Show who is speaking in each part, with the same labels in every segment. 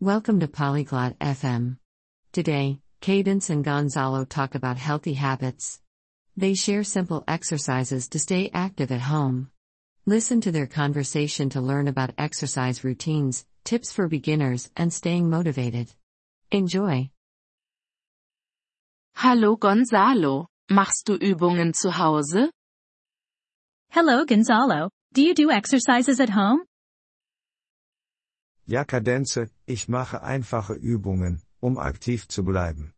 Speaker 1: Welcome to Polyglot FM. Today, Cadence and Gonzalo talk about healthy habits. They share simple exercises to stay active at home. Listen to their conversation to learn about exercise routines, tips for beginners, and staying motivated. Enjoy.
Speaker 2: Hallo Gonzalo, machst du Übungen zu Hause?
Speaker 3: Hello, Gonzalo. Do you do exercises at home?
Speaker 4: Ja, Kadenze, ich mache einfache Übungen, um aktiv zu bleiben.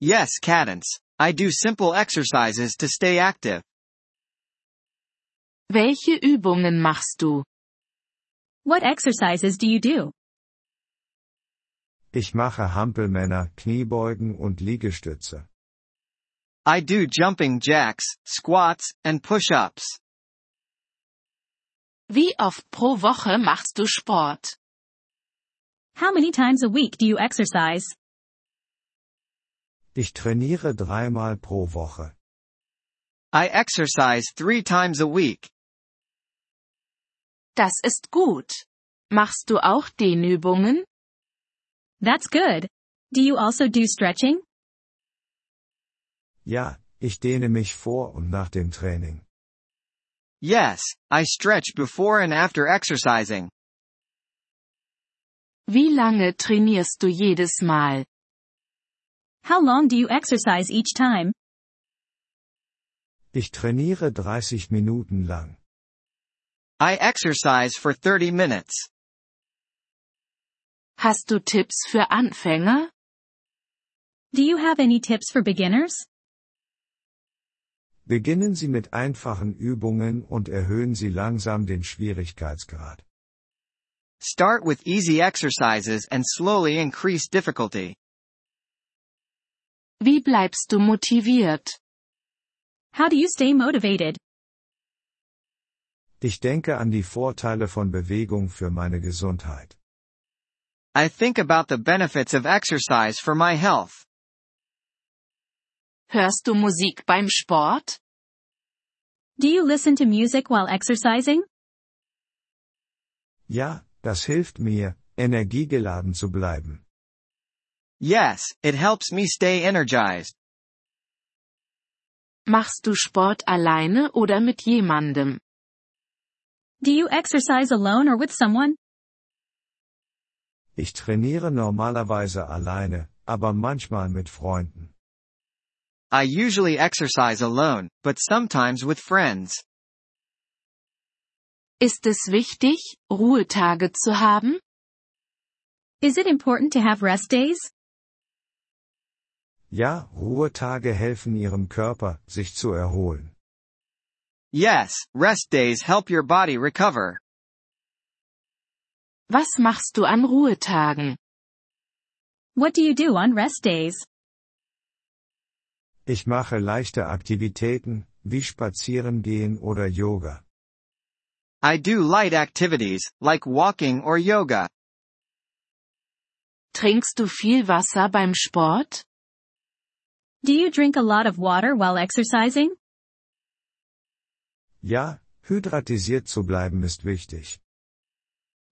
Speaker 5: Yes, Cadence. I do simple exercises to stay active.
Speaker 2: Welche Übungen machst du?
Speaker 3: What exercises do you do?
Speaker 4: Ich mache Hampelmänner, Kniebeugen und Liegestütze.
Speaker 5: I do jumping jacks, squats, and push-ups.
Speaker 2: Wie oft pro Woche machst du Sport?
Speaker 3: How many times a week do you exercise?
Speaker 4: Ich trainiere dreimal pro Woche.
Speaker 5: I exercise three times a week.
Speaker 2: Das ist gut. Machst du auch Dehnübungen?
Speaker 3: That's good. Do you also do stretching?
Speaker 4: Ja, ich dehne mich vor und nach dem Training.
Speaker 5: Yes, I stretch before and after exercising.
Speaker 2: Wie lange trainierst du jedes Mal?
Speaker 3: How long do you exercise each time?
Speaker 4: Ich trainiere 30 Minuten lang.
Speaker 5: I exercise for 30 minutes.
Speaker 2: Hast du Tipps für Anfänger?
Speaker 3: Do you have any tips for beginners?
Speaker 4: Beginnen Sie mit einfachen Übungen und erhöhen Sie langsam den Schwierigkeitsgrad.
Speaker 5: Start with easy exercises and slowly increase difficulty.
Speaker 2: Wie bleibst du motiviert?
Speaker 3: How do you stay motivated?
Speaker 4: Ich denke an die Vorteile von Bewegung für meine Gesundheit.
Speaker 5: I think about the benefits of exercise for my health.
Speaker 2: Hörst du Musik beim Sport?
Speaker 3: Do you listen to music while exercising?
Speaker 4: Ja, das hilft mir, energiegeladen zu bleiben.
Speaker 5: Yes, it helps me stay energized.
Speaker 2: Machst du Sport alleine oder mit jemandem?
Speaker 3: Do you exercise alone or with someone?
Speaker 4: Ich trainiere normalerweise alleine, aber manchmal mit Freunden.
Speaker 5: I usually exercise alone, but sometimes with friends.
Speaker 2: Ist es wichtig, Ruhetage zu haben?
Speaker 3: Is it important to have rest days?
Speaker 4: Ja, Ruhetage helfen Ihrem Körper, sich zu erholen.
Speaker 5: Yes, rest days help your body recover.
Speaker 2: Was machst du an Ruhetagen?
Speaker 3: What do you do on rest days?
Speaker 4: Ich mache leichte Aktivitäten, wie Spazieren gehen oder Yoga.
Speaker 5: I do light activities, like walking or yoga.
Speaker 2: Trinkst du viel Wasser beim Sport?
Speaker 3: Do you drink a lot of water while exercising?
Speaker 4: Ja, hydratisiert zu bleiben ist wichtig.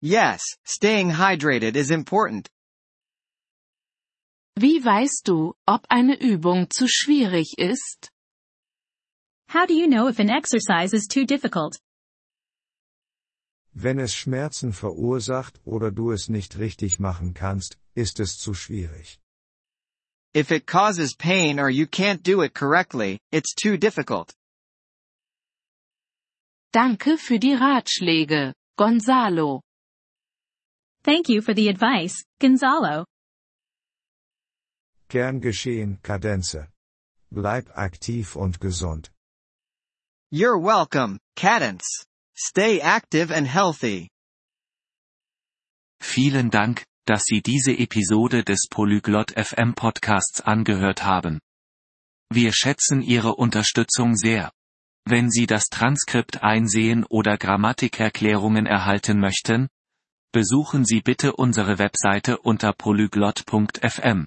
Speaker 5: Yes, staying hydrated is important.
Speaker 2: Wie weißt du, ob eine Übung zu schwierig ist?
Speaker 3: How do you know if an exercise is too difficult?
Speaker 4: Wenn es Schmerzen verursacht oder du es nicht richtig machen kannst, ist es zu schwierig.
Speaker 5: If it causes pain or you can't do it correctly, it's too difficult.
Speaker 2: Danke für die Ratschläge, Gonzalo.
Speaker 3: Thank you for the advice, Gonzalo.
Speaker 4: Gern geschehen, Kadenze. Bleib aktiv und gesund.
Speaker 5: You're welcome, Cadence. Stay active and healthy.
Speaker 6: Vielen Dank, dass Sie diese Episode des Polyglot FM Podcasts angehört haben. Wir schätzen Ihre Unterstützung sehr. Wenn Sie das Transkript einsehen oder Grammatikerklärungen erhalten möchten, besuchen Sie bitte unsere Webseite unter polyglot.fm.